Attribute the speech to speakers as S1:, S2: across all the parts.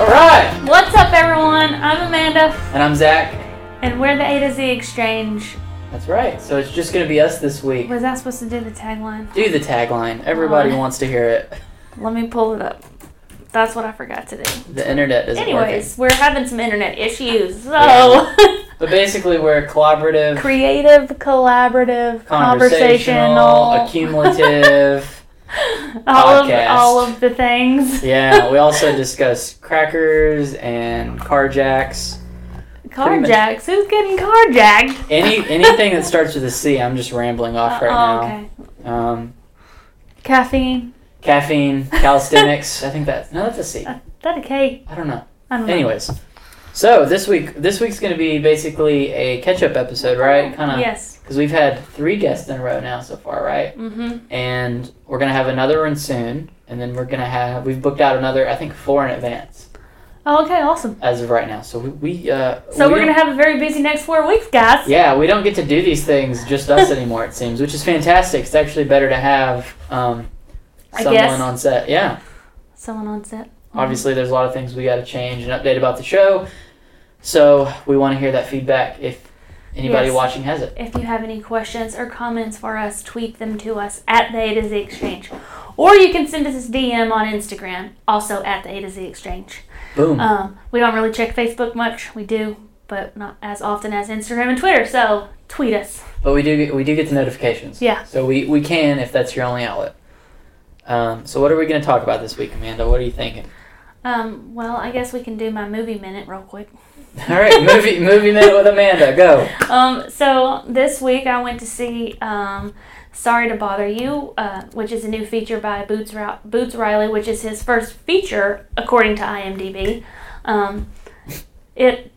S1: Hi,
S2: What's up, everyone? I'm Amanda,
S1: and I'm Zach.
S2: and we're the A to Z Exchange.
S1: That's right. So it's just gonna be us this week.
S2: Was I supposed to do the tagline?
S1: Do the tagline. Everybody
S2: Aw.
S1: wants to hear it.
S2: Let me pull it up. That's what I forgot to do.
S1: The internet isn't working.
S2: Anyways, we're having some internet issues, so
S1: Yeah. But basically, we're a collaborative,
S2: creative,
S1: conversational,
S2: collaborative, conversational,
S1: accumulative.
S2: all of
S1: podcast.
S2: all of the things.
S1: yeah. We also discuss crackers and carjacks. much-
S2: carjacks. Who's getting carjacked?
S1: Any anything that starts with a C. I'm just rambling off right
S2: oh,
S1: now.
S2: okay.
S1: Um,
S2: Caffeine.
S1: caffeine, calisthenics. I think that no, that's a C.
S2: Is that a cake?
S1: I don't know.
S2: I don't know.
S1: Anyways, so this week this week's going to be basically a catch-up episode, right? Kind of
S2: Yes.
S1: because we've had three guests in a row now so far, right?
S2: Mm-hmm.
S1: And we're gonna have another one soon, and then we're gonna have we've booked out another I think four in advance
S2: Oh, okay. Awesome.
S1: as of right now. So we, we uh
S2: So
S1: we
S2: we're
S1: don't-
S2: gonna have a very busy next four weeks, guys.
S1: yeah we don't get to do these things just us anymore it seems, which is fantastic. It's actually better to have um
S2: I
S1: someone
S2: guess.
S1: on set. Yeah.
S2: Someone on set.
S1: Obviously, there's a lot of things we got to change and update about the show. So we want to hear that feedback if anybody
S2: Yes.
S1: watching has it.
S2: If you have any questions or comments for us, tweet them to us at the A to Z Exchange. Or you can send us a DM on Instagram, also at the A to Z Exchange.
S1: Boom.
S2: Um, we don't really check Facebook much. We do, but not as often as Instagram and Twitter. So tweet us.
S1: but we do get, we do get the notifications.
S2: Yeah.
S1: So we, we can if that's your only outlet. Um, so what are we going to talk about this week, Amanda? What are you thinking?
S2: Um, well, I guess we can do my movie minute real quick.
S1: All right, movie movie minute with Amanda. Go.
S2: Um, so this week I went to see um, "Sorry to Bother You," uh, which is a new feature by Boots Ri- Boots Riley, which is his first feature according to IMDb. Um, it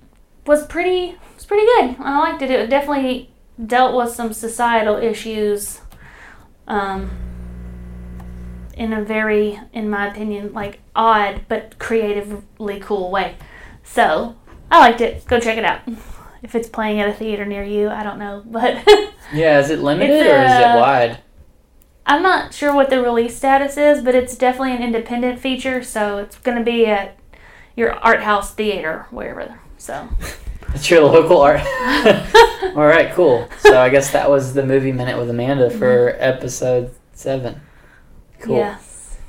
S2: was pretty. It's pretty good. I liked it. It definitely dealt with some societal issues. Um, in a very, in my opinion, like odd but creatively cool way. So I liked it. Go check it out if it's playing at a theater near you, I don't know, but
S1: Yeah, is it limited
S2: It's,
S1: or is it
S2: uh,
S1: wide?
S2: I'm not sure what the release status is, but it's definitely an independent feature, so it's going to be at your art house theater wherever. So,
S1: It's your local art. All right, cool. So I guess that was the movie minute with Amanda for
S2: Mm-hmm.
S1: episode seven. Cool.
S2: yes.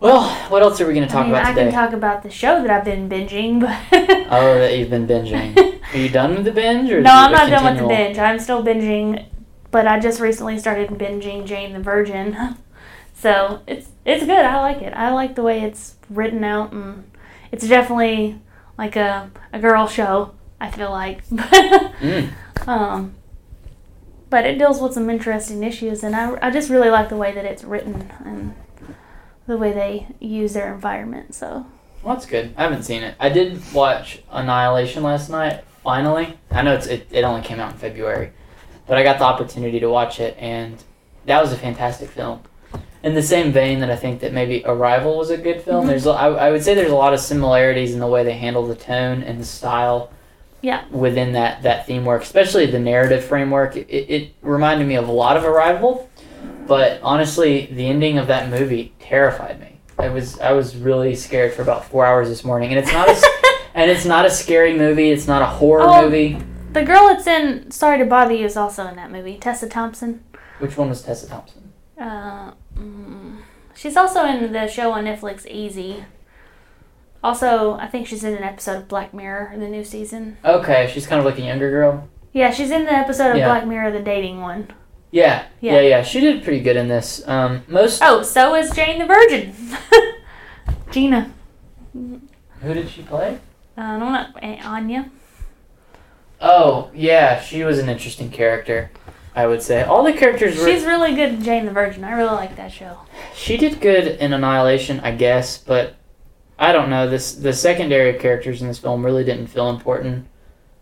S1: Well, what else are we going to
S2: I
S1: talk
S2: mean,
S1: about
S2: I
S1: today?
S2: can talk about the show that I've been binging, but
S1: Oh, that you've been binging. Are you done with the binge? Or
S2: no,
S1: is it
S2: I'm
S1: a
S2: not done with the
S1: continual-
S2: binge. I'm still binging, but I just recently started binging Jane the Virgin. So it's it's good. I like it. I like the way it's written out, and it's definitely like a a girl show. I feel like,
S1: Mm.
S2: um, but it deals with some interesting issues, and I I just really like the way that it's written and the way they use their environment. So
S1: Well, that's good. I haven't seen it. I did watch Annihilation last night. Finally, I know it's it, it only came out in February, but I got the opportunity to watch it, and that was a fantastic film. In the same vein that I think that maybe Arrival was a good film.
S2: Mhm.
S1: There's a- I, I would say there's a lot of similarities in the way they handle the tone and the style.
S2: Yeah.
S1: Within that that theme work, especially the narrative framework, it, it reminded me of a lot of Arrival, but honestly, the ending of that movie terrified me. I was I was really scared for about four hours this morning, and it's not a s- and it's not a scary movie. It's not a horror
S2: Oh.
S1: movie.
S2: the girl that's in Sorry to Bother You is also in that movie, Tessa Thompson.
S1: Which one was Tessa Thompson?
S2: Uh, mm, she's also in the show on Netflix, Easy. Also, I think she's in an episode of Black Mirror, the new season.
S1: Okay, she's kind of like a younger girl.
S2: Yeah, she's in the episode of
S1: Yeah.
S2: Black Mirror, the dating one.
S1: Yeah, yeah,
S2: Yeah.
S1: yeah. She did pretty good in this. Um, most
S2: Oh, so is Jane the Virgin. Gina.
S1: who did she play?
S2: Uh, I don't know. Aunt Anya.
S1: Oh yeah, she was an interesting character. I would say all the characters were.
S2: She's really good in Jane the Virgin. I really like that show.
S1: She did good in Annihilation, I guess, but I don't know. This the secondary characters in this film really didn't feel important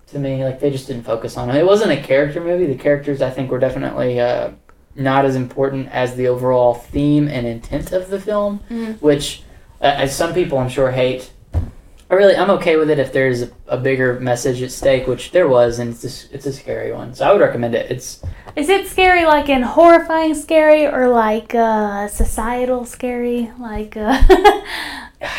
S1: to me. Like they just didn't focus on them. It wasn't a character movie. The characters I think were definitely uh, not as important as the overall theme and intent of the film,
S2: Mhm.
S1: which uh, as some people I'm sure hate. I really I'm okay with it if there's a, a bigger message at stake, which there was, and it's a, s- it's a scary one. So I would recommend it. It's
S2: Is it scary like in horrifying scary or like uh, societal scary? Like uh,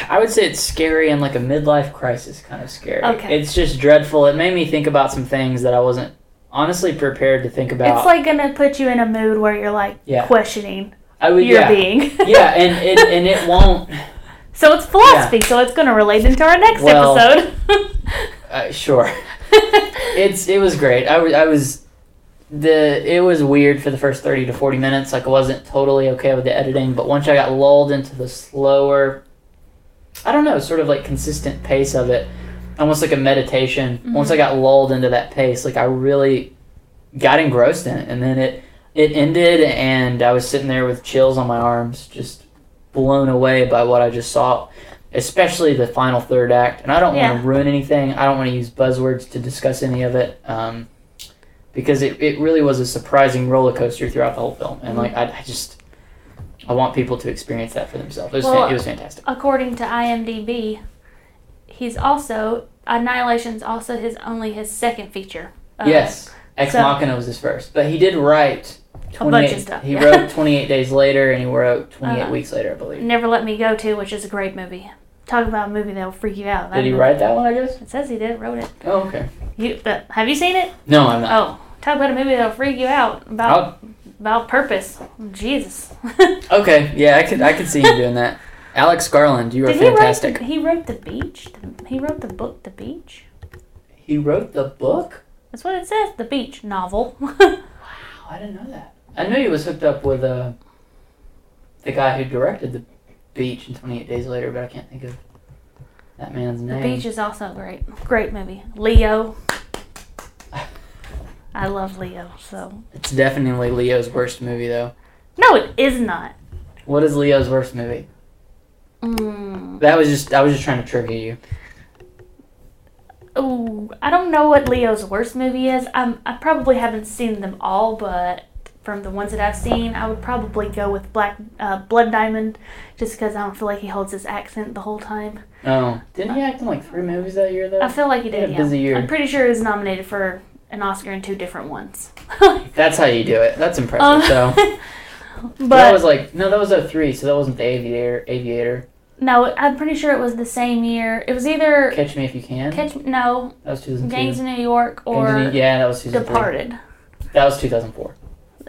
S1: I would say it's scary and like a midlife crisis kind of scary.
S2: Okay.
S1: It's just dreadful. It made me think about some things that I wasn't honestly prepared to think about.
S2: It's like gonna put you in a mood where you're like
S1: Yeah.
S2: questioning
S1: I would
S2: your
S1: yeah.
S2: being.
S1: yeah, and it and it won't
S2: so it's philosophy. So it's gonna relate into our next
S1: Well-
S2: episode.
S1: uh, sure. It's it was great. I was I was the it was weird for the first 30 to 40 minutes. Like I wasn't totally okay with the editing, but once I got lulled into the slower I don't know, sort of like consistent pace of it, almost like a meditation. Once I got lulled into that pace, like I really got engrossed in it and then it it ended and I was sitting there with chills on my arms, just blown away by what I just saw, especially the final third act. And I don't
S2: Yeah.
S1: want to ruin anything. I don't want to use buzzwords to discuss any of it. Um, because it, it really was a surprising roller coaster throughout the whole film. And like I, I just I want people to experience that for themselves. It was, fan-
S2: Well,
S1: it was fantastic.
S2: According to IMDb, he's also Annihilation's also his only his second feature. Uh,
S1: yes. Ex
S2: so-
S1: Machina was his first. But he did write
S2: A bunch
S1: 28,
S2: of stuff.
S1: he
S2: yeah.
S1: wrote 28 days later and he wrote 28
S2: Uh-huh.
S1: weeks later, I believe.
S2: Never Let Me Go to, which is a great movie. Talk about a movie that will freak you out. That
S1: Did he
S2: movie-
S1: write that one, I guess?
S2: It says he did. Wrote it.
S1: Oh, okay.
S2: You but have you seen it?
S1: No, I'm not.
S2: Oh, talk about a movie that'll freak you out about
S1: I'll-
S2: about purpose. Jesus.
S1: Okay, yeah, I could I could see him doing that. Alex Garland, you are
S2: Did he write?
S1: fantastic.
S2: The, he wrote the beach. The, he wrote the book, The Beach.
S1: He wrote the book.
S2: That's what it says. The beach novel.
S1: Oh, I didn't know that. I knew he was hooked up with uh, the guy who directed the beach and Twenty Eight Days Later, but I can't think of that man's
S2: the
S1: name.
S2: beach is also great. Great movie. Leo. I love Leo. So
S1: It's definitely Leo's worst movie, though.
S2: no, it is not.
S1: What is Leo's worst movie?
S2: Mm.
S1: That was just I was just trying to trigger you.
S2: Ooh, I don't know what Leo's worst movie is. i I probably haven't seen them all, but from the ones that I've seen, I would probably go with Black uh, Blood Diamond, just because I don't feel like he holds his accent the whole time.
S1: Oh, didn't he act in like three movies that year though?
S2: I feel like he
S1: He
S2: did.
S1: had a
S2: Yeah,
S1: busy year.
S2: I'm pretty sure he was nominated for an Oscar in two different ones.
S1: That's how you do it. That's impressive.
S2: Um,
S1: so that
S2: but
S1: was like no, that was a three, so that wasn't the Aviator. Aviator,
S2: no, I'm pretty sure it was the same year. It was either
S1: Catch Me If You Can.
S2: Catch no
S1: that was two thousand two.
S2: Gangs in New York or
S1: Gangs in- yeah, that was 2003.
S2: Departed.
S1: That was 2004.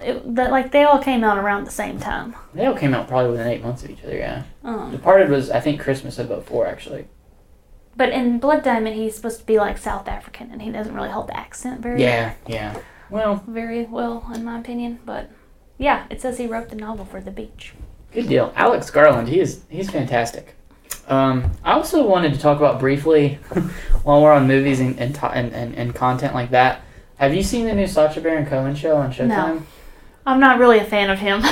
S2: It, that like they all came out around the same time.
S1: They all came out probably within eight months of each other. Yeah,
S2: Um,
S1: Departed was I think Christmas of '04 actually.
S2: But in Blood Diamond, he's supposed to be like South African, and he doesn't really hold the accent very,
S1: Yeah, yeah. Well,
S2: very well, in my opinion. But yeah, it says he wrote the novel for the beach.
S1: good deal. Alex Garland, he is he's fantastic. Um, I also wanted to talk about briefly while we're on movies and and, to- and and and content like that. Have you seen the new Sacha Baron Cohen show on Showtime?
S2: I'm not really a fan of him.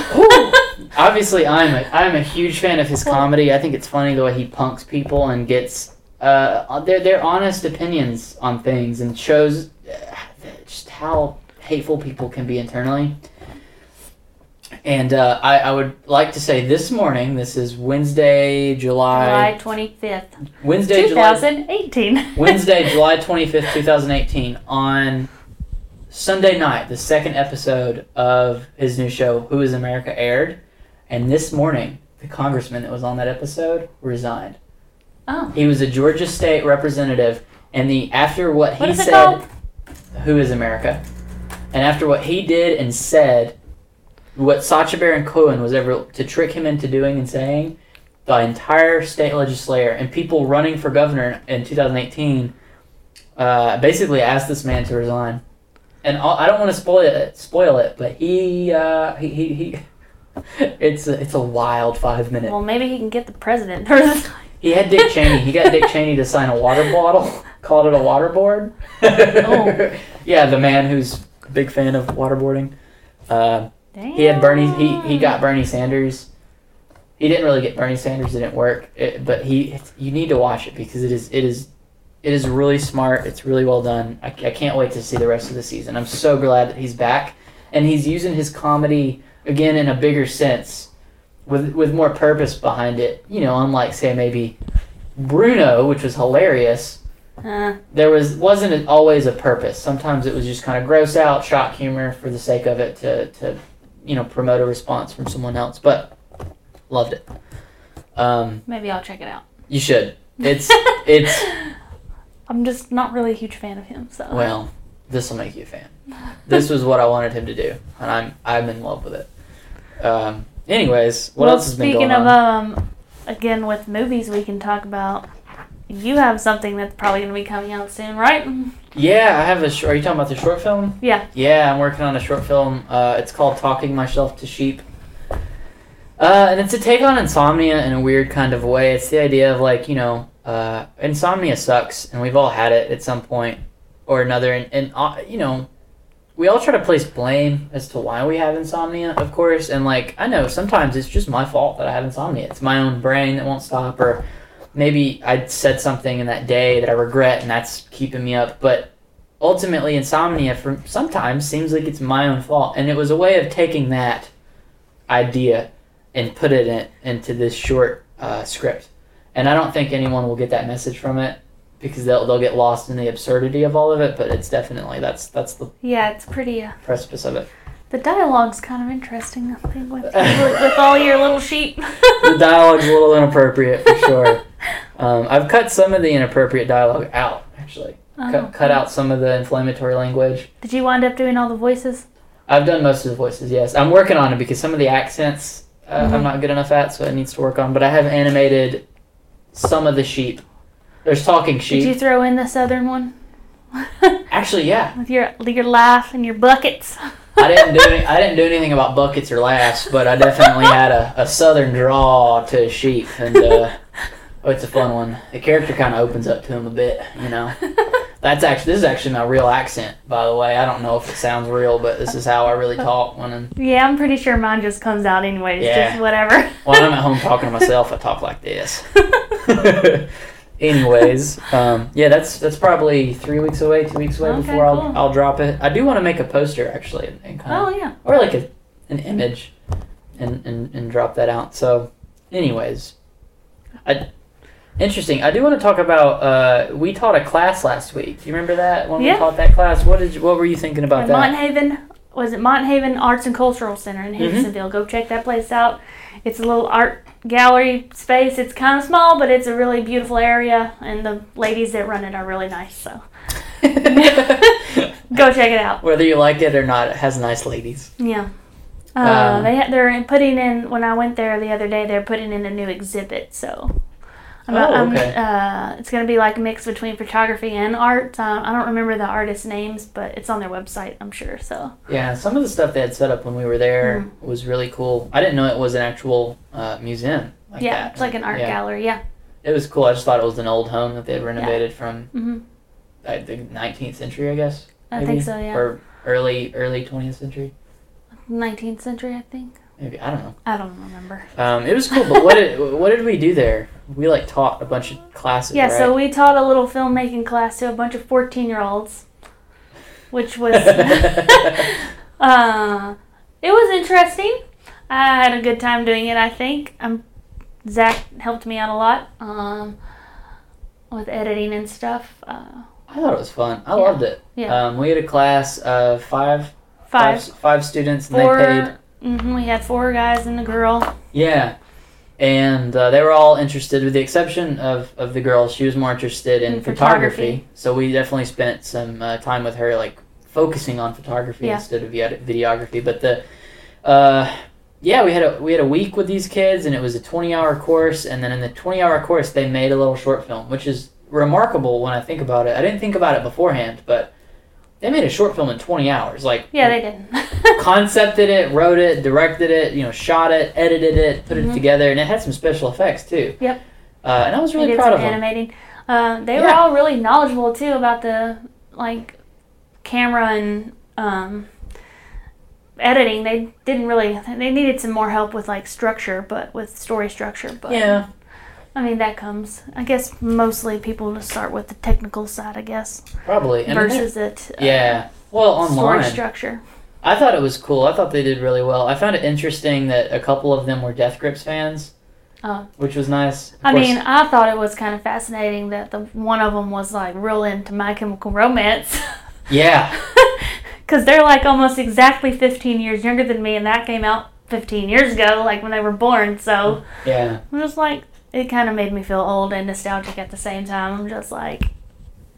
S1: Obviously, I'm a I'm a huge fan of his
S2: Well-
S1: comedy. I think it's funny the way he punks people and gets uh their their honest opinions on things and shows uh, just how hateful people can be internally. And uh, I I would like to say this morning. This is Wednesday,
S2: July
S1: July
S2: 25th,
S1: Wednesday, July
S2: 2018.
S1: Wednesday, July 25th, 2018, on Sunday night, the second episode of his new show, Who is America, aired. And this morning, the congressman that was on that episode resigned.
S2: Oh,
S1: He was a Georgia state representative, and the after what he
S2: what is
S1: said,
S2: it called?
S1: Who is America? And after what he did and said, what Sacha Baron Cohen was ever to trick him into doing and saying, the entire state legislature and people running for governor in 2018 uh, basically asked this man to resign. And I'll, I don't want to spoil it, spoil it, but he, uh, he, he, he it's a, it's a wild five minute.
S2: Well, maybe he can get the president. Or
S1: He had Dick Cheney. He got Dick Cheney to sign a water bottle, called it a water board.
S2: Oh.
S1: yeah, the man who's a big fan of waterboarding. Uh, he had Bernie. He, he got Bernie Sanders. He didn't really get Bernie Sanders. It didn't work. It, but he, it's, you need to watch it because it is it is it is really smart. It's really well done. I, I can't wait to see the rest of the season. I'm so glad that he's back and he's using his comedy again in a bigger sense with with more purpose behind it. You know, unlike say maybe Bruno, which was hilarious
S2: Uh,
S1: there was wasn't always a purpose. Sometimes it was just kind of gross out shock humor for the sake of it to to you know promote a response from someone else. But loved it. Um,
S2: maybe I'll check it out.
S1: You should. It's it's
S2: I'm just not really a huge fan of him. So
S1: well, this will make you a fan. This was what I wanted him to do, and I'm I'm in love with it. Um, anyways, what
S2: Well,
S1: else has been
S2: speaking
S1: going
S2: of
S1: on?
S2: um, again with movies, we can talk about. You have something that's probably going to be coming out soon, right?
S1: yeah, I have a. Short, are you talking about the short film?
S2: Yeah.
S1: Yeah, I'm working on a short film. Uh, it's called Talking Myself to Sheep. Uh, and it's a take on insomnia in a weird kind of way. It's the idea of like you know, uh, insomnia sucks, and we've all had it at some point or another. And, and uh, you know, we all try to place blame as to why we have insomnia, of course. And like I know sometimes it's just my fault that I have insomnia. It's my own brain that won't stop, or maybe I said something in that day that I regret, and that's keeping me up. But ultimately insomnia for sometimes seems like it's my own fault and it was a way of taking that idea and put it in, into this short uh, script and i don't think anyone will get that message from it because they'll, they'll get lost in the absurdity of all of it but it's definitely that's that's the
S2: Yeah, it's pretty. Uh,
S1: precipice of it
S2: the dialogue's kind of interesting. I think with with, with all your little sheep.
S1: the dialogue's a little inappropriate for sure um, i've cut some of the inappropriate dialogue out actually
S2: Oh.
S1: cut, cut out some of the inflammatory language
S2: Did you wind up doing all the voices?
S1: I've done most of the voices, yes. I'm working on it because some of the accents uh,
S2: Mhm.
S1: I'm not good enough at, so it needs to work on. But I have animated some of the sheep. There's talking sheep.
S2: Did you throw in the southern one
S1: Actually, yeah.
S2: with your your laugh and your buckets?
S1: I didn't do any, I didn't do anything about buckets or laughs, but I definitely had a, a southern draw to sheep, and uh, oh, it's a fun one. The character kind of opens up to him a bit, you know. That's actually this is actually my real accent, by the way. I don't know if it sounds real, but this is how I really talk when I'm
S2: yeah, I'm pretty sure mine just comes out anyway. It's
S1: Yeah.
S2: just whatever.
S1: when I'm at home talking to myself. I talk like this. Anyways, um, yeah, that's that's probably three weeks away, two weeks away
S2: Okay,
S1: before I'll,
S2: cool.
S1: I'll drop it. I do want to make a poster actually, and, and kind
S2: oh
S1: of,
S2: yeah.
S1: or like a, an image, and, and and drop that out. So, anyways, I, interesting. I do want to talk about. Uh, we taught a class last week. Do you remember that when
S2: Yeah.
S1: we taught that class? What did you, what were you thinking about
S2: At
S1: that?
S2: Mont Haven was it Mont Haven Arts and Cultural Center in
S1: Mhm.
S2: Hendersonville. Go check that place out. It's a little art gallery space. It's kind of small, but it's a really beautiful area, and the ladies that run it are really nice. So go check it out.
S1: Whether you like it or not, it has nice ladies.
S2: Yeah. Uh,
S1: Um,
S2: they ha- they're putting in when I went there the other day. They're putting in a new exhibit, so I'm, not-
S1: Oh,
S2: I'm,
S1: okay.
S2: uh, it's gonna be like a mix between photography and art. Um, I don't remember the artists' names, but it's on their website, I'm sure. So
S1: Yeah, some of the stuff they had set up when we were there
S2: Hmm.
S1: was really cool. I didn't know it was an actual uh, museum. Like
S2: yeah,
S1: that.
S2: it's like an art
S1: Yeah.
S2: gallery. Yeah.
S1: It was cool. I just thought it was an old home that they had renovated from
S2: hmm
S1: uh, the 19th century, I guess.
S2: I
S1: maybe,
S2: think so. Yeah.
S1: Or early early 20th century.
S2: 19th century, I think.
S1: Maybe I don't know.
S2: I don't remember.
S1: Um, it was cool, but what did what did we do there? We like taught a bunch of classes.
S2: Yeah,
S1: right?
S2: so we taught a little filmmaking class to a bunch of 14 year olds, which was. uh, it was interesting. I had a good time doing it, I think. Um, Zach helped me out a lot um, with editing and stuff. Uh,
S1: I thought it was fun. I
S2: Yeah.
S1: loved it.
S2: Yeah.
S1: Um, we had a class of five
S2: five,
S1: five five students, and
S2: four.
S1: they paid
S2: mhm, we had four guys and a girl.
S1: Yeah. And uh, they were all interested, with the exception of, of the girl. She was more interested in
S2: In
S1: photography.
S2: Mm, photography.
S1: So we definitely spent some uh, time with her, like focusing on photography
S2: Yeah.
S1: instead of vi- videography. But the, uh, yeah, we had a we had a week with these kids, and it was a twenty hour course. And then in the twenty hour course, they made a little short film, which is remarkable when I think about it. I didn't think about it beforehand, but they made a short film in twenty hours. Like
S2: Yeah, they did.
S1: concepted it, wrote it, directed it, you know, shot it, edited it, put
S2: Mhm.
S1: it together, and it had some special effects too.
S2: Yep.
S1: Uh, and I was
S2: They
S1: really
S2: did
S1: proud
S2: some
S1: of them.
S2: animating. Uh, they were
S1: Yeah.
S2: all really knowledgeable too about the like camera and um, editing. They didn't really. They needed some more help with like structure, but with story structure. But
S1: Yeah.
S2: I mean that comes. I guess mostly people just start with the technical side. I guess
S1: Probably. And then they-
S2: versus it. uh,
S1: yeah. Well,
S2: Story
S1: online.
S2: structure.
S1: I thought it was cool. I thought they did really well. I found it interesting that a couple of them were Death Grips fans,
S2: Oh.
S1: which was nice. Of
S2: I
S1: course-
S2: mean, I thought it was kind of fascinating that the one of them was like real into My Chemical Romance.
S1: yeah.
S2: Because they're like almost exactly 15 years younger than me, and that came out 15 years ago, like when they were born. So
S1: Yeah.
S2: I'm just like, it kind of made me feel old and nostalgic at the same time. I'm just like,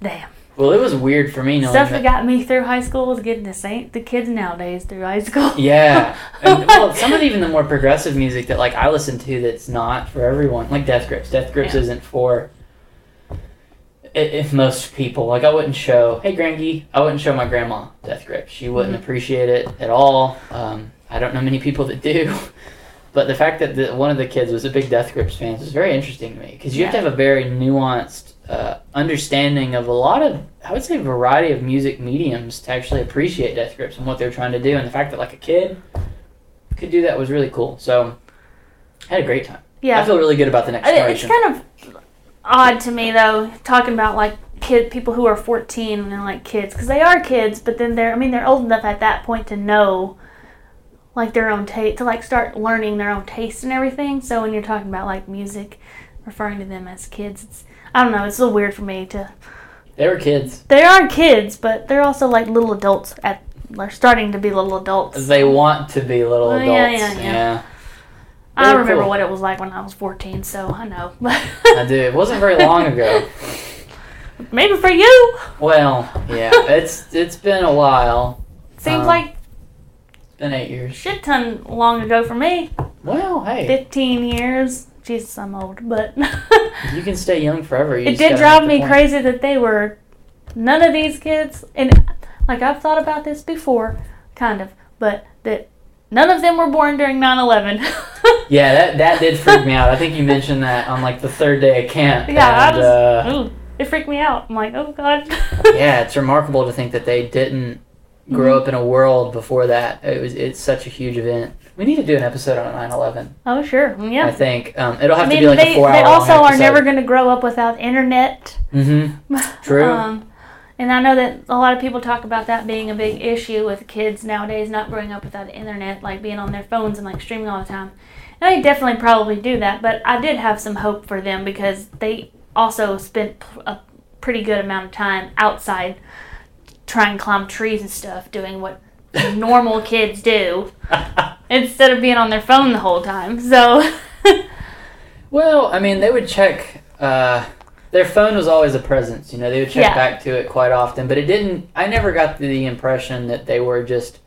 S2: damn.
S1: Well, it was weird for me knowing
S2: Stuff that
S1: that.
S2: got me through high school was getting the same the kids nowadays through high school.
S1: Yeah. And, well, some of even the more progressive music that like I listen to that's not for everyone, like Death Grips. Death Grips
S2: Yeah.
S1: isn't for i- if most people like I wouldn't show. Hey, Grangy, I wouldn't show my grandma Death Grips. She wouldn't appreciate it at all. Um, I don't know many people that do. But the fact that the, one of the kids was a big Death Grips fan was very interesting to me because you have to
S2: Yeah.
S1: have a very nuanced uh, understanding of a lot of, I would say, variety of music mediums to actually appreciate Death Grips and what they're trying to do. And the fact that like a kid could do that was really cool. So I had a great time.
S2: Yeah,
S1: I feel really good about the next
S2: I- it's
S1: generation.
S2: kind of odd to me though talking about like kid people who are 14 and they're like kids because they are kids, but then they're I mean they're old enough at that point to know like their own taste to like start learning their own taste and everything. So when you're talking about like music, referring to them as kids, it's I don't know. It's a little weird for me to
S1: they were kids.
S2: They are kids, but they're also like little adults at they're starting to be little adults.
S1: They want to be little
S2: Oh,
S1: adults.
S2: yeah, yeah, yeah. I
S1: they're
S2: remember
S1: cool.
S2: what it was like when I was 14, so I know.
S1: Yeah, I do. It wasn't very long ago.
S2: Maybe for you.
S1: Well, yeah, it's it's been a while.
S2: Seems
S1: Um,
S2: like
S1: It's been eight years.
S2: shit ton long ago for me.
S1: Well, hey,
S2: 15 years. Jesus, I'm old, but
S1: you can stay young forever. You
S2: it
S1: just
S2: did
S1: gotta
S2: drive
S1: make the
S2: me
S1: point.
S2: crazy that they were none of these kids and like I've thought about this before, kind of, but that none of them were born during 9/11.
S1: Yeah, that that did freak me out. I think you mentioned that on like the third day of camp.
S2: Yeah, I
S1: and,
S2: was-
S1: uh,
S2: Ooh, it freaked me out. I'm like, oh god.
S1: yeah, it's remarkable to think that they didn't
S2: Mm-hmm.
S1: grow up in a world before that. It was it's such a huge event. We need to do an episode on 9/11.
S2: Oh sure,
S1: I
S2: yeah.
S1: think um, it'll have to
S2: I mean,
S1: be like
S2: they,
S1: a four hour.
S2: they also are never going to grow up without internet.
S1: Mm-hmm. True.
S2: Um, and I know that a lot of people talk about that being a big issue with kids nowadays not growing up without internet, like being on their phones and like streaming all the time. And they definitely probably do that, but I did have some hope for them because they also spent p- a pretty good amount of time outside trying to climb trees and stuff, doing what normal kids do
S1: Mm-hmm.
S2: instead of being on their phone the whole time. So,
S1: Well, I mean, they would check. Uh, their phone was always a presence, you know. They would check
S2: Yeah.
S1: back to it quite often, but it didn't. I never got the impression that they were just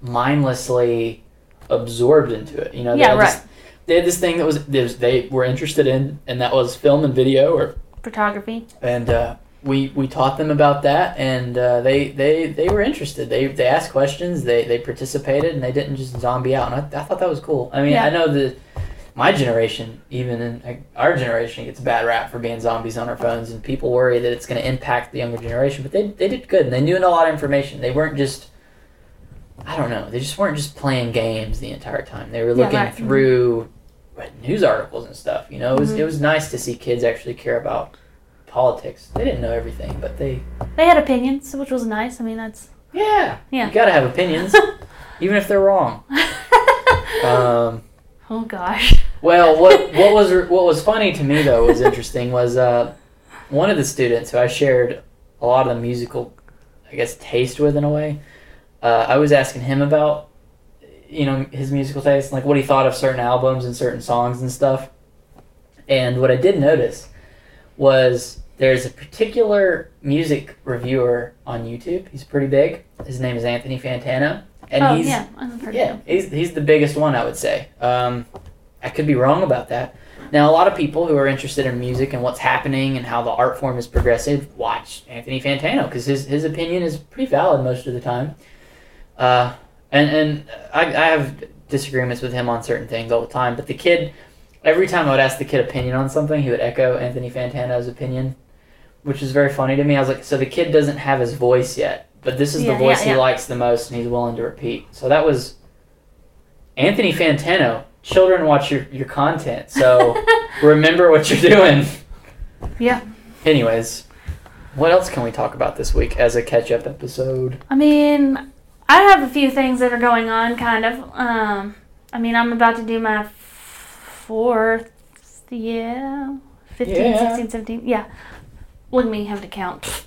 S1: mindlessly absorbed into it. You know, they
S2: Yeah,
S1: had this- they had this thing that was they, was they were interested in, and that was film and video, or
S2: photography.
S1: and uh, we we taught them about that, and uh, they they they were interested. They they asked questions, they they participated, and they didn't just zombie out. And I, I thought that was cool. I mean,
S2: Yeah.
S1: I know that my generation, even in like, our generation, gets a bad rap for being zombies on our phones, and people worry that it's going to impact the younger generation. But they they did good, and they knew a lot of information. They weren't just I don't know. They just weren't just playing games the entire time. They were
S2: Yeah,
S1: looking
S2: right. Mhm.
S1: through like, news articles and stuff. You know, it was
S2: Mhm.
S1: it was nice to see kids actually care about politics. They didn't know everything, but they
S2: They had opinions, which was nice. I mean, that's
S1: yeah
S2: Yeah.
S1: You gotta have opinions, even if they're wrong. Um,
S2: oh gosh.
S1: well, what what was what was funny to me though was interesting was uh, one of the students who I shared a lot of the musical, I guess, taste with in a way. Uh, I was asking him about you know his musical taste, like what he thought of certain albums and certain songs and stuff. And what I did notice was there's a particular music reviewer on YouTube. He's pretty big. His name is Anthony Fantano, and
S2: oh
S1: he's
S2: yeah, I've heard of
S1: yeah,
S2: them.
S1: he's, he's the biggest one, I would say. Um, I could be wrong about that. Now, a lot of people who are interested in music and what's happening and how the art form is progressive watch Anthony Fantano because his, his opinion is pretty valid most of the time. Uh, and and I, I have disagreements with him on certain things all the time, but the kid, every time I would ask the kid opinion on something, he would echo Anthony Fantano's opinion, which is very funny to me. I was like, so the kid doesn't have his voice yet, but this is
S2: Yeah,
S1: the
S2: yeah,
S1: voice he
S2: yeah.
S1: likes the most and he's willing to repeat. So that was Anthony Fantano, children watch your, your content, so remember what you're doing.
S2: Yeah.
S1: Anyways, what else can we talk about this week as a catch up episode?
S2: I mean, I have a few things that are going on, kind of. Um, I mean, I'm about to do my f- fourth, yeah, 15,
S1: Yeah.
S2: 16, 17, yeah. Look at me having to count.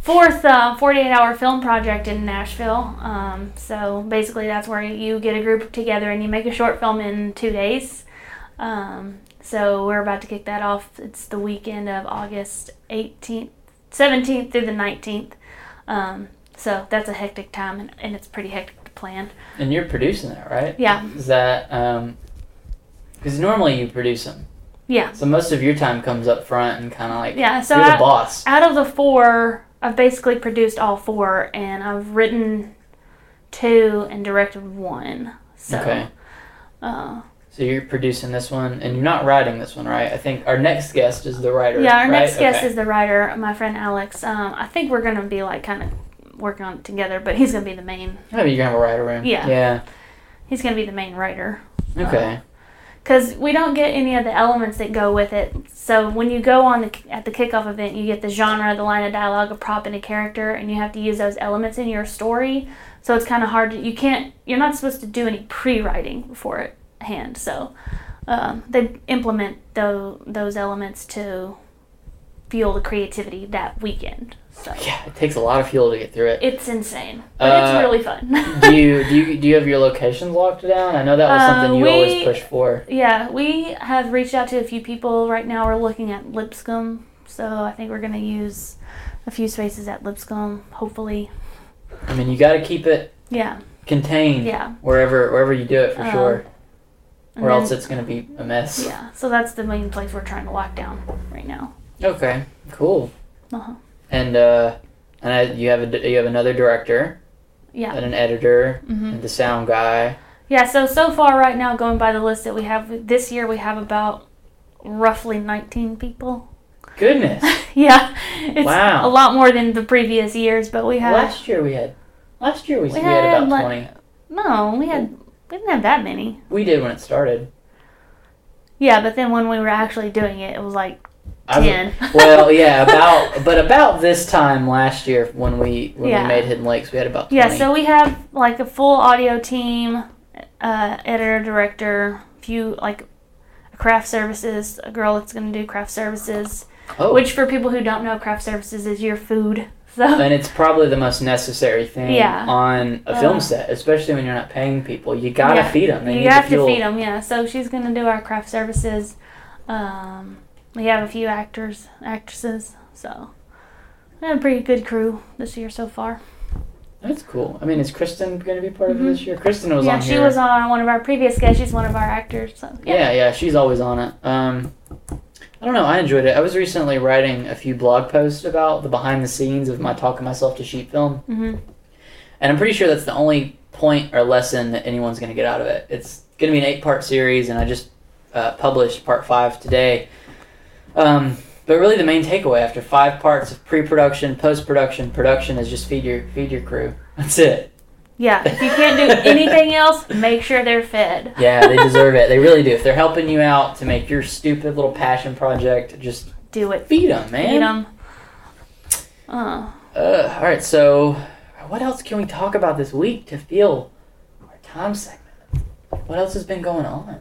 S2: Fourth uh, 48 hour film project in Nashville. Um, so basically, that's where you get a group together and you make a short film in two days. Um, So we're about to kick that off. It's the weekend of August 18th, 17th through the 19th. Um, so that's a hectic time, and, and it's pretty hectic to plan.
S1: And you're producing that, right?
S2: Yeah.
S1: Is that um 'cause because normally you produce them.
S2: Yeah.
S1: So most of your time comes up front and kind of like
S2: Yeah. So
S1: you're
S2: I,
S1: the boss.
S2: out of the four, I've basically produced all four, and I've written two and directed one. So,
S1: Okay.
S2: Uh,
S1: So you're producing this one, and you're not writing this one, right? I think our next guest is the writer.
S2: yeah, our next
S1: right?
S2: guest
S1: Okay.
S2: is the writer, my friend Alex. Um, I think we're gonna be like kind of working on it together, but he's gonna be the main.
S1: Maybe you're gonna have a writer room.
S2: Yeah. Uh,
S1: Yeah.
S2: He's gonna be the main writer.
S1: Okay.
S2: because we don't get any of the elements that go with it. So when you go on the at the kickoff event, you get the genre, the line of dialogue, a prop, and a character, and you have to use those elements in your story. So it's kind of hard. To, you can't. You're not supposed to do any pre-writing before it hand. So um, they implement tho- those elements to fuel the creativity that weekend. So
S1: Yeah, it takes a lot of fuel to get through it.
S2: it's insane, but it's
S1: Uh,
S2: really fun.
S1: do you do you do you have your locations locked down? I know that was
S2: Uh,
S1: something you
S2: we-
S1: always push for.
S2: Yeah, we have reached out to a few people. Right now, we're looking at Lipscomb, so I think we're gonna use a few spaces at Lipscomb, hopefully.
S1: I mean, you got to keep it
S2: Yeah,
S1: contained
S2: yeah.
S1: wherever wherever you do it for
S2: Uh,
S1: sure,
S2: and
S1: or else
S2: then-
S1: it's gonna be a mess.
S2: yeah. So that's the main place we're trying to lock down right now.
S1: Okay, cool.
S2: Uh-huh.
S1: And uh, and I, you have a you have another director
S2: Yeah.
S1: and an editor
S2: hmm
S1: and the sound guy.
S2: Yeah. So so far, right now, going by the list that we have this year, we have about roughly 19 people.
S1: Goodness,
S2: yeah, it's
S1: Wow.
S2: a lot more than the previous years, but we have
S1: last year we had last year we, we,
S2: We
S1: had,
S2: had,
S1: about
S2: like-
S1: twenty.
S2: no, we had we didn't have that many.
S1: We did when it started.
S2: Yeah, but then when we were actually doing it, it was like
S1: I was-
S2: ten.
S1: well, yeah, about but about this time last year when we when
S2: Yeah.
S1: we made Hidden Lakes, we had about twenty.
S2: yeah. So we have like a full audio team, uh, editor, director, few like craft services, a girl that's gonna do craft services,
S1: oh,
S2: which for people who don't know, craft services is your food. So
S1: and it's probably the most necessary thing
S2: Yeah.
S1: on a film
S2: Uh,
S1: set, especially when you're not paying people. You gotta
S2: Yeah.
S1: feed them. They need
S2: you have
S1: the
S2: to
S1: fuel.
S2: feed them. Yeah. So she's gonna do our craft services. Um, we have a few actors, actresses. So we have a pretty good crew this year so far.
S1: That's cool. I mean, is Kristen going to be part
S2: Mhm.
S1: of it this year? Kristen was
S2: yeah,
S1: on
S2: she
S1: here.
S2: was on one of our previous guests. She's one of our actors. So
S1: yeah. yeah, she's always on it. Um, I don't know. I enjoyed it. I was recently writing a few blog posts about the behind the scenes of my talking myself to sheep film,
S2: hmm
S1: and I'm pretty sure that's the only point or lesson that anyone's going to get out of it. It's going to be an eight part series, and I just uh, published part five today. Um, but really, the main takeaway after five parts of pre production, post production, production is just feed your feed your crew. That's it.
S2: Yeah, if you can't do anything else, make sure they're fed.
S1: Yeah, they deserve it. They really do. If they're helping you out to make your stupid little passion project, just
S2: Do it.
S1: feed them, man.
S2: Feed them. Uh,
S1: Ugh, all right, so what else can we talk about this week to feel our time segment? What else has been going on?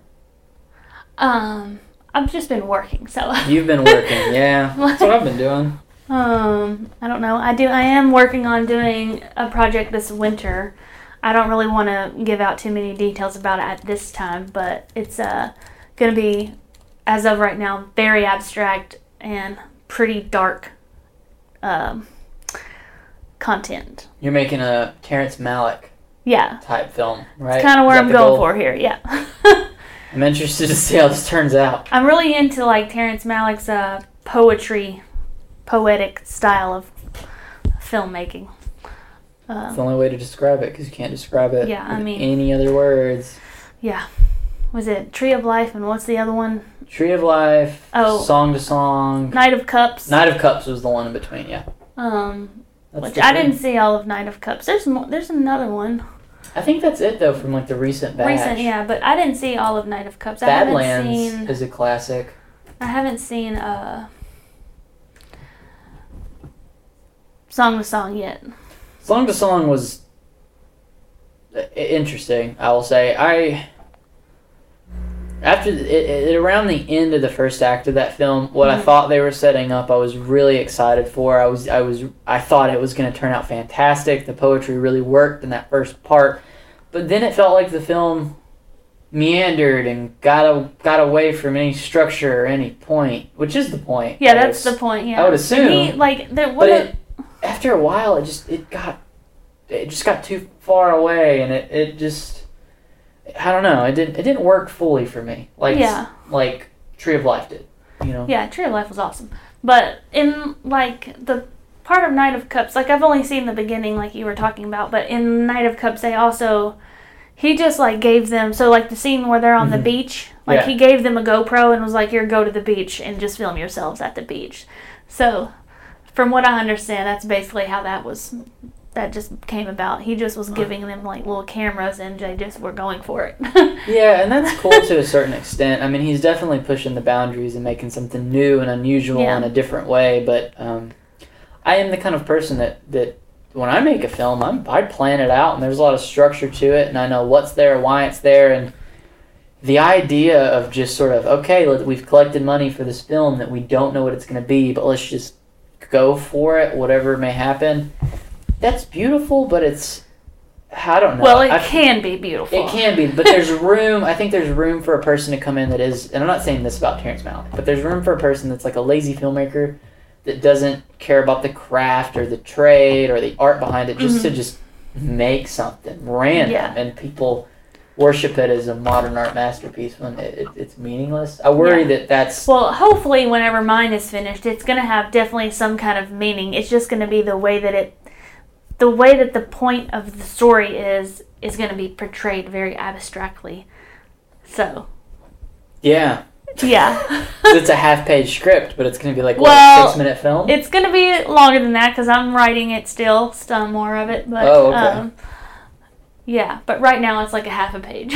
S2: um, I've just been working, so.
S1: You've been working, yeah. That's what I've been doing.
S2: Um, I don't know. I do. I am working on doing a project this winter. I don't really want to give out too many details about it at this time, but it's uh going to be, as of right now, very abstract and pretty dark. Um, content.
S1: You're making a Terrence Malick
S2: Yeah,
S1: type film, right?
S2: kind of
S1: Is
S2: where
S1: that
S2: I'm
S1: the
S2: going
S1: goal?
S2: for here. Yeah.
S1: I'm interested to see how this turns out.
S2: I'm really into like Terrence Malick's uh, poetry, poetic style of filmmaking.
S1: It's
S2: Um,
S1: the only way to describe it because you can't describe it
S2: Yeah, I
S1: with
S2: mean-
S1: any other words.
S2: was it Tree of Life and what's the other one?
S1: Tree of Life,
S2: Oh.
S1: Song to Song,
S2: Knight of Cups.
S1: Knight of Cups was the one in between, yeah.
S2: um,
S1: That's
S2: which
S1: the
S2: I
S1: three.
S2: didn't see all of Knight of Cups. There's mo- there's another one
S1: I think that's it though from like the recent batch.
S2: recent, yeah, but I didn't see all of Knight of Cups. I haven't
S1: Badlands
S2: seen.
S1: is a classic.
S2: I haven't seen uh. Song to song yet.
S1: Song to Song was i- interesting. I will say I after it, it, around the end of the first act of that film, what I
S2: Mhm.
S1: thought they were setting up, I was really excited for. I was I was I thought it was going to turn out fantastic. The poetry really worked in that first part, but then it felt like the film meandered and got a, got away from any structure or any point, which is the point.
S2: Yeah,
S1: I would
S2: that's the point. Yeah,
S1: I would assume.
S2: And he, like there
S1: but
S2: what
S1: it, after a while it just it got it just got too far away and it, it just i don't know it didn't it didn't work fully for me like
S2: yeah
S1: like tree of life did you know
S2: yeah Tree of Life was awesome, but in like the part of Knight of Cups, like I've only seen the beginning, like you were talking about, but in Knight of Cups they also he just like gave them so like the scene where they're on the
S1: Mhm.
S2: beach, like
S1: Yeah.
S2: he gave them a GoPro and was like, "Here, go to the beach and just film yourselves at the beach." So, from what I understand, that's basically how that was. That just came about. He just was giving them like little cameras, and they just were going for it.
S1: yeah and that's cool to a certain extent i mean he's definitely pushing the boundaries and making something new and unusual
S2: Yeah.
S1: in a different way but um, i am the kind of person that that when i make a film I'm, i plan it out and there's a lot of structure to it and i know what's there why it's there and the idea of just sort of okay let, we've collected money for this film that we don't know what it's going to be but let's just go for it whatever may happen that's beautiful but it's i don't know
S2: well, it
S1: I-
S2: can be beautiful.
S1: it can be, but there's room. I think there's room for a person to come in that is, and I'm not saying this about Terrence Malick, but there's room for a person that's like a lazy filmmaker that doesn't care about the craft or the trade or the art behind it, just to just make something random,
S2: Mm-hmm. Yeah.
S1: and people worship it as a modern art masterpiece when it, it, it's meaningless. I worry
S2: Yeah.
S1: that that's
S2: Well, hopefully, whenever mine is finished, it's going to have definitely some kind of meaning. It's just going to be the way that it, the way that the point of the story is, is going to be portrayed very abstractly. So,
S1: yeah,
S2: yeah.
S1: it's a half page script, but it's gonna be like what,
S2: Well,
S1: a six minute film.
S2: it's going to be longer than that because I'm writing it still, still more of it. But,
S1: Oh, okay.
S2: um, yeah, but right now it's like a half a page.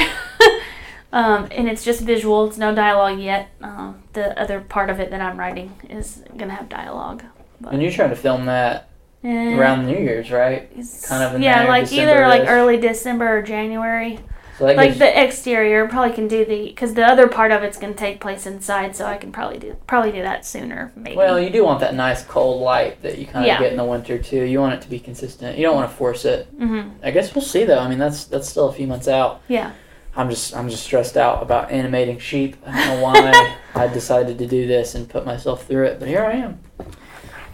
S2: um, and it's just visual, it's no dialogue yet. Um, the other part of it that I'm writing is going to have dialogue.
S1: and you're trying to film that
S2: And-
S1: around New Year's, right? kind of in
S2: Eh, yeah,
S1: there,
S2: like either like
S1: December-ish.
S2: early December or January.
S1: So that
S2: Like
S1: gives-
S2: the exterior, probably can do the because the other part of it's gonna take place inside, so I can probably do probably do that sooner. Maybe.
S1: Well, you do want that nice cold light that you kind of
S2: Yeah.
S1: get in the winter too. You want it to be consistent. You don't want to force it.
S2: hmm
S1: I guess we'll see though. I mean, that's that's still a few months out.
S2: Yeah.
S1: I'm just I'm just stressed out about animating sheep. I don't know why I decided to do this and put myself through it, but here I am.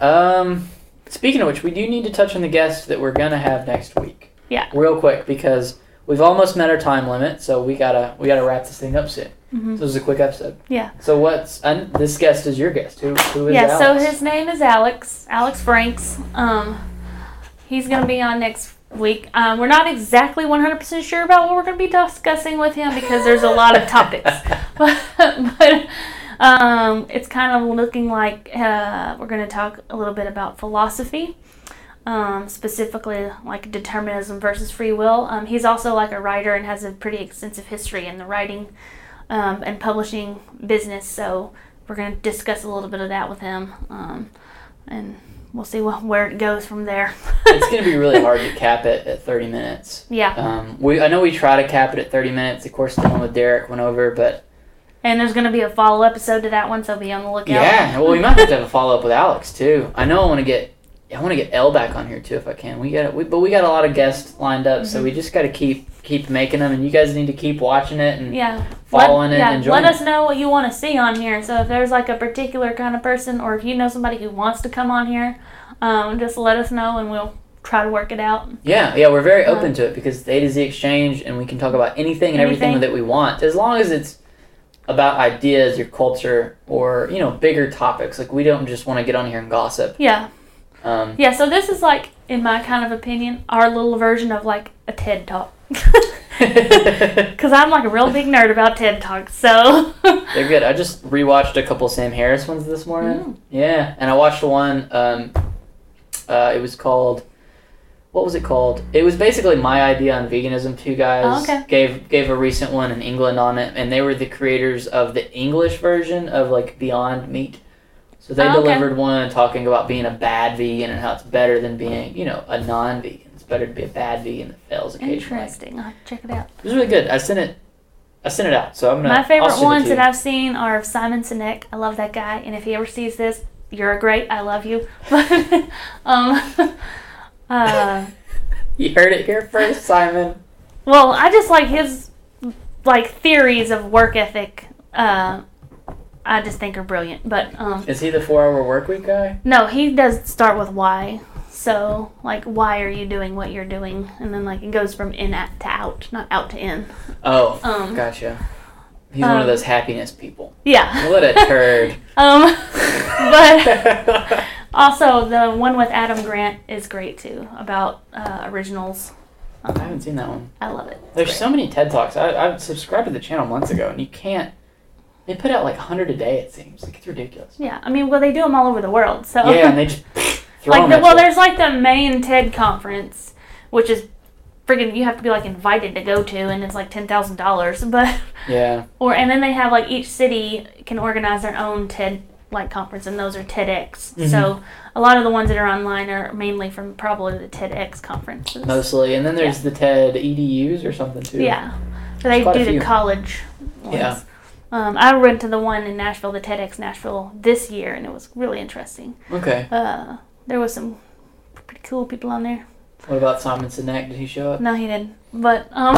S1: Um, speaking of which, we do need to touch on the guests that we're gonna have next week.
S2: Yeah.
S1: Real quick because we've almost met our time limit, so we gotta we gotta wrap this thing up soon.
S2: hmm
S1: So this is a quick episode.
S2: Yeah.
S1: So what's and this guest is your guest? Who who is
S2: Yeah.
S1: Alex?
S2: So his name is Alex. Alex Franks. Um, he's gonna be on next week. Um, we're not exactly one hundred percent sure about what we're gonna be discussing with him because there's a lot of topics. but, but um, it's kind of looking like uh, we're going to talk a little bit about philosophy, um, specifically like determinism versus free will. Um, he's also like a writer and has a pretty extensive history in the writing um, and publishing business. So we're going to discuss a little bit of that with him, um, and we'll see wh- where it goes from there.
S1: it's going to be really hard to cap it at 30 minutes.
S2: yeah,
S1: Um, we I know we try to cap it at 30 minutes. Of course, the one with Derek went over, but
S2: and there's going to be a follow episode to that one, so be on the lookout.
S1: yeah. Well, we might have to have a follow up with Alex too. I know I want to get I want to get L back on here too if I can. We got we, but we got a lot of guests lined up,
S2: Mm-hmm.
S1: so we just got to keep keep making them, and you guys need to keep watching it and
S2: Yeah.
S1: following
S2: let,
S1: it
S2: yeah,
S1: and
S2: let
S1: joining.
S2: us know what you want to see on here. So if there's like a particular kind of person, or if you know somebody who wants to come on here, um, just let us know and we'll try to work it out.
S1: Yeah, yeah, we're very
S2: Um,
S1: open to it because it's A to Z exchange, and we can talk about anything and everything
S2: Anything.
S1: that we want, as long as it's about ideas or culture or you know bigger topics. Like we don't just want to get on here and gossip.
S2: Yeah,
S1: Um,
S2: yeah. So this is like, in my kind of opinion, our little version of like a TED talk.
S1: They're
S2: Cause I'm like a real big nerd about TED talks, so
S1: good. I just rewatched a couple Sam Harris ones this morning.
S2: Mm.
S1: Yeah, and I watched one. Um, uh, it was called. What was it called? It was basically my idea on veganism. Two guys
S2: Oh, okay.
S1: gave gave a recent one in England on it, and they were the creators of the English version of like Beyond Meat. So they
S2: Oh, okay.
S1: delivered one talking about being a bad vegan and how it's better than being, you know, a non-vegan. It's better to be a bad vegan that fails occasionally.
S2: interesting. I'll have to check it out.
S1: It was really good. I sent it. I sent it out. So I'm gonna.
S2: My favorite ones that
S1: I.
S2: I've seen are of Simon Sinek. I love that guy, and if he ever sees this, you're great. I love you. But um, uh,
S1: You heard it here first, Simon.
S2: well, I just like his like theories of work ethic. Uh, I just think are brilliant. But um,
S1: Is he the four hour work week guy?
S2: no, he does start with why. So like, why are you doing what you're doing? And then like it goes from in at to out, not out to in.
S1: Oh,
S2: Um,
S1: gotcha. He's one
S2: um,
S1: of those happiness people.
S2: Yeah.
S1: What a turd.
S2: um, but also the one with Adam Grant is great too about uh, originals. Um,
S1: I haven't seen that one.
S2: I love it. It's
S1: There's
S2: great.
S1: so many TED Talks. I, I subscribed to the channel months ago, and you can't. They put out like 100 a day, it seems. Like, it's ridiculous.
S2: yeah, I mean, well, they do them all over the world. So
S1: Yeah, and they just throw
S2: Oh. like
S1: them
S2: the,
S1: at
S2: well
S1: you.
S2: there's like the main ted conference which is friggin' you have to be like invited to go to and it's like $10000 but
S1: Yeah.
S2: or and then they have like each city can organize their own ted like conference and those are tedx
S1: Mm-hmm.
S2: so a lot of the ones that are online are mainly from probably the tedx conferences
S1: Mostly. And then there's the TED EDUs or something, too.
S2: yeah so
S1: There's
S2: they
S1: quite a
S2: do the
S1: few.
S2: college ones.
S1: Yeah.
S2: um, i went to the one in nashville the tedx nashville this year and it was really interesting
S1: Okay.
S2: uh, there was some pretty cool people on there
S1: What about Simon Sinek? Did he show up?
S2: No, he didn't. But um,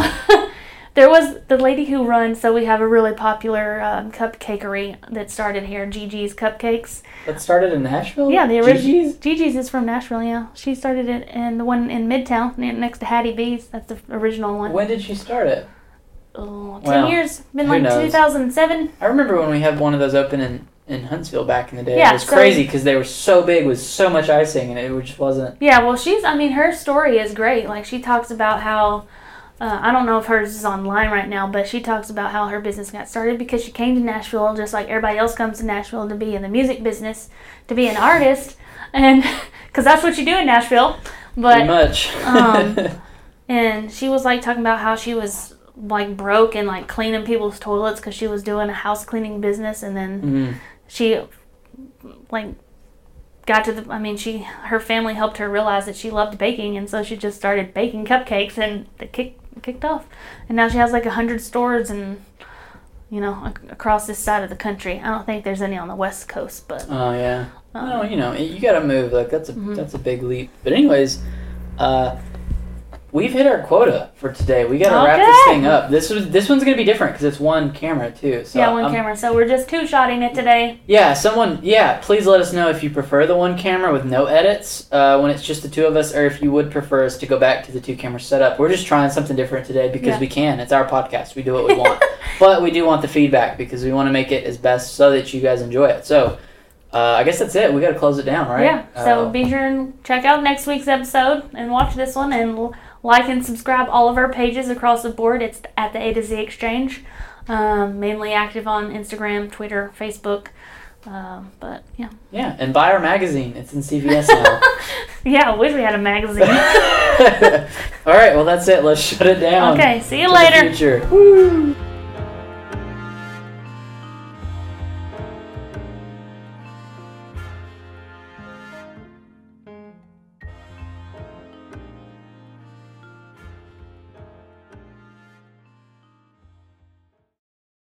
S2: there was the lady who runs. So we have a really popular um, cupcakery that started here, Gigi's Cupcakes.
S1: That started in Nashville?
S2: Yeah, the original
S1: Gigi's?
S2: Gigi's is from Nashville. Yeah, she started it in the one in Midtown ne- next to Hattie B's. That's the original one.
S1: When did she start it?
S2: Oh, ten
S1: Well,
S2: years, been
S1: who
S2: like
S1: knows?
S2: 2007.
S1: I remember when we had one of those open in, in Huntsville back in the day.
S2: Yeah,
S1: it was
S2: so-
S1: crazy because they were so big with so much icing and it just wasn't.
S2: Yeah, well, she's. I mean, her story is great. Like she talks about how. Uh, I don't know if hers is online right now, but she talks about how her business got started because she came to Nashville just like everybody else comes to Nashville to be in the music business, to be an artist, and because that's what you do in Nashville.
S1: Pretty
S2: But
S1: much.
S2: um, and she was like talking about how she was like broke and like cleaning people's toilets because she was doing a house cleaning business, and then
S1: Mm.
S2: she like got to the i mean she her family helped her realize that she loved baking and so she just started baking cupcakes and it kicked kicked off and now she has like a hundred stores and you know ac- across this side of the country i don't think there's any on the west coast but
S1: Oh yeah.
S2: um,
S1: No, you know, you gotta move. Like that's a
S2: Mhm.
S1: that's a big leap. But anyways, uh, we've hit our quota for today. We
S2: Oh,
S1: gotta wrap this
S2: Okay.
S1: thing up. This was this one's gonna be different because it's one camera too. So
S2: yeah one
S1: um,
S2: camera so we're just two shotting it today
S1: Yeah, someone. Yeah, please let us know if you prefer the one camera with no edits uh, when it's just the two of us, or if you would prefer us to go back to the two camera setup. We're just trying something different today because
S2: Yeah.
S1: we can. It's our podcast. We do what we want, but we do want the feedback because we want to make it as best so that you guys enjoy it. So. Uh, I guess that's it. We got to close it down, right?
S2: yeah so
S1: Uh,
S2: be sure and check out next week's episode and watch this one and l- like and subscribe all of our pages across the board it's at the a to z exchange um, mainly active on instagram twitter facebook um, but yeah
S1: Yeah, and buy our magazine. It's in CVS now.
S2: yeah i wish we had a magazine
S1: All right, well that's it. Let's shut it down.
S2: okay see you
S1: To the
S2: later
S1: future.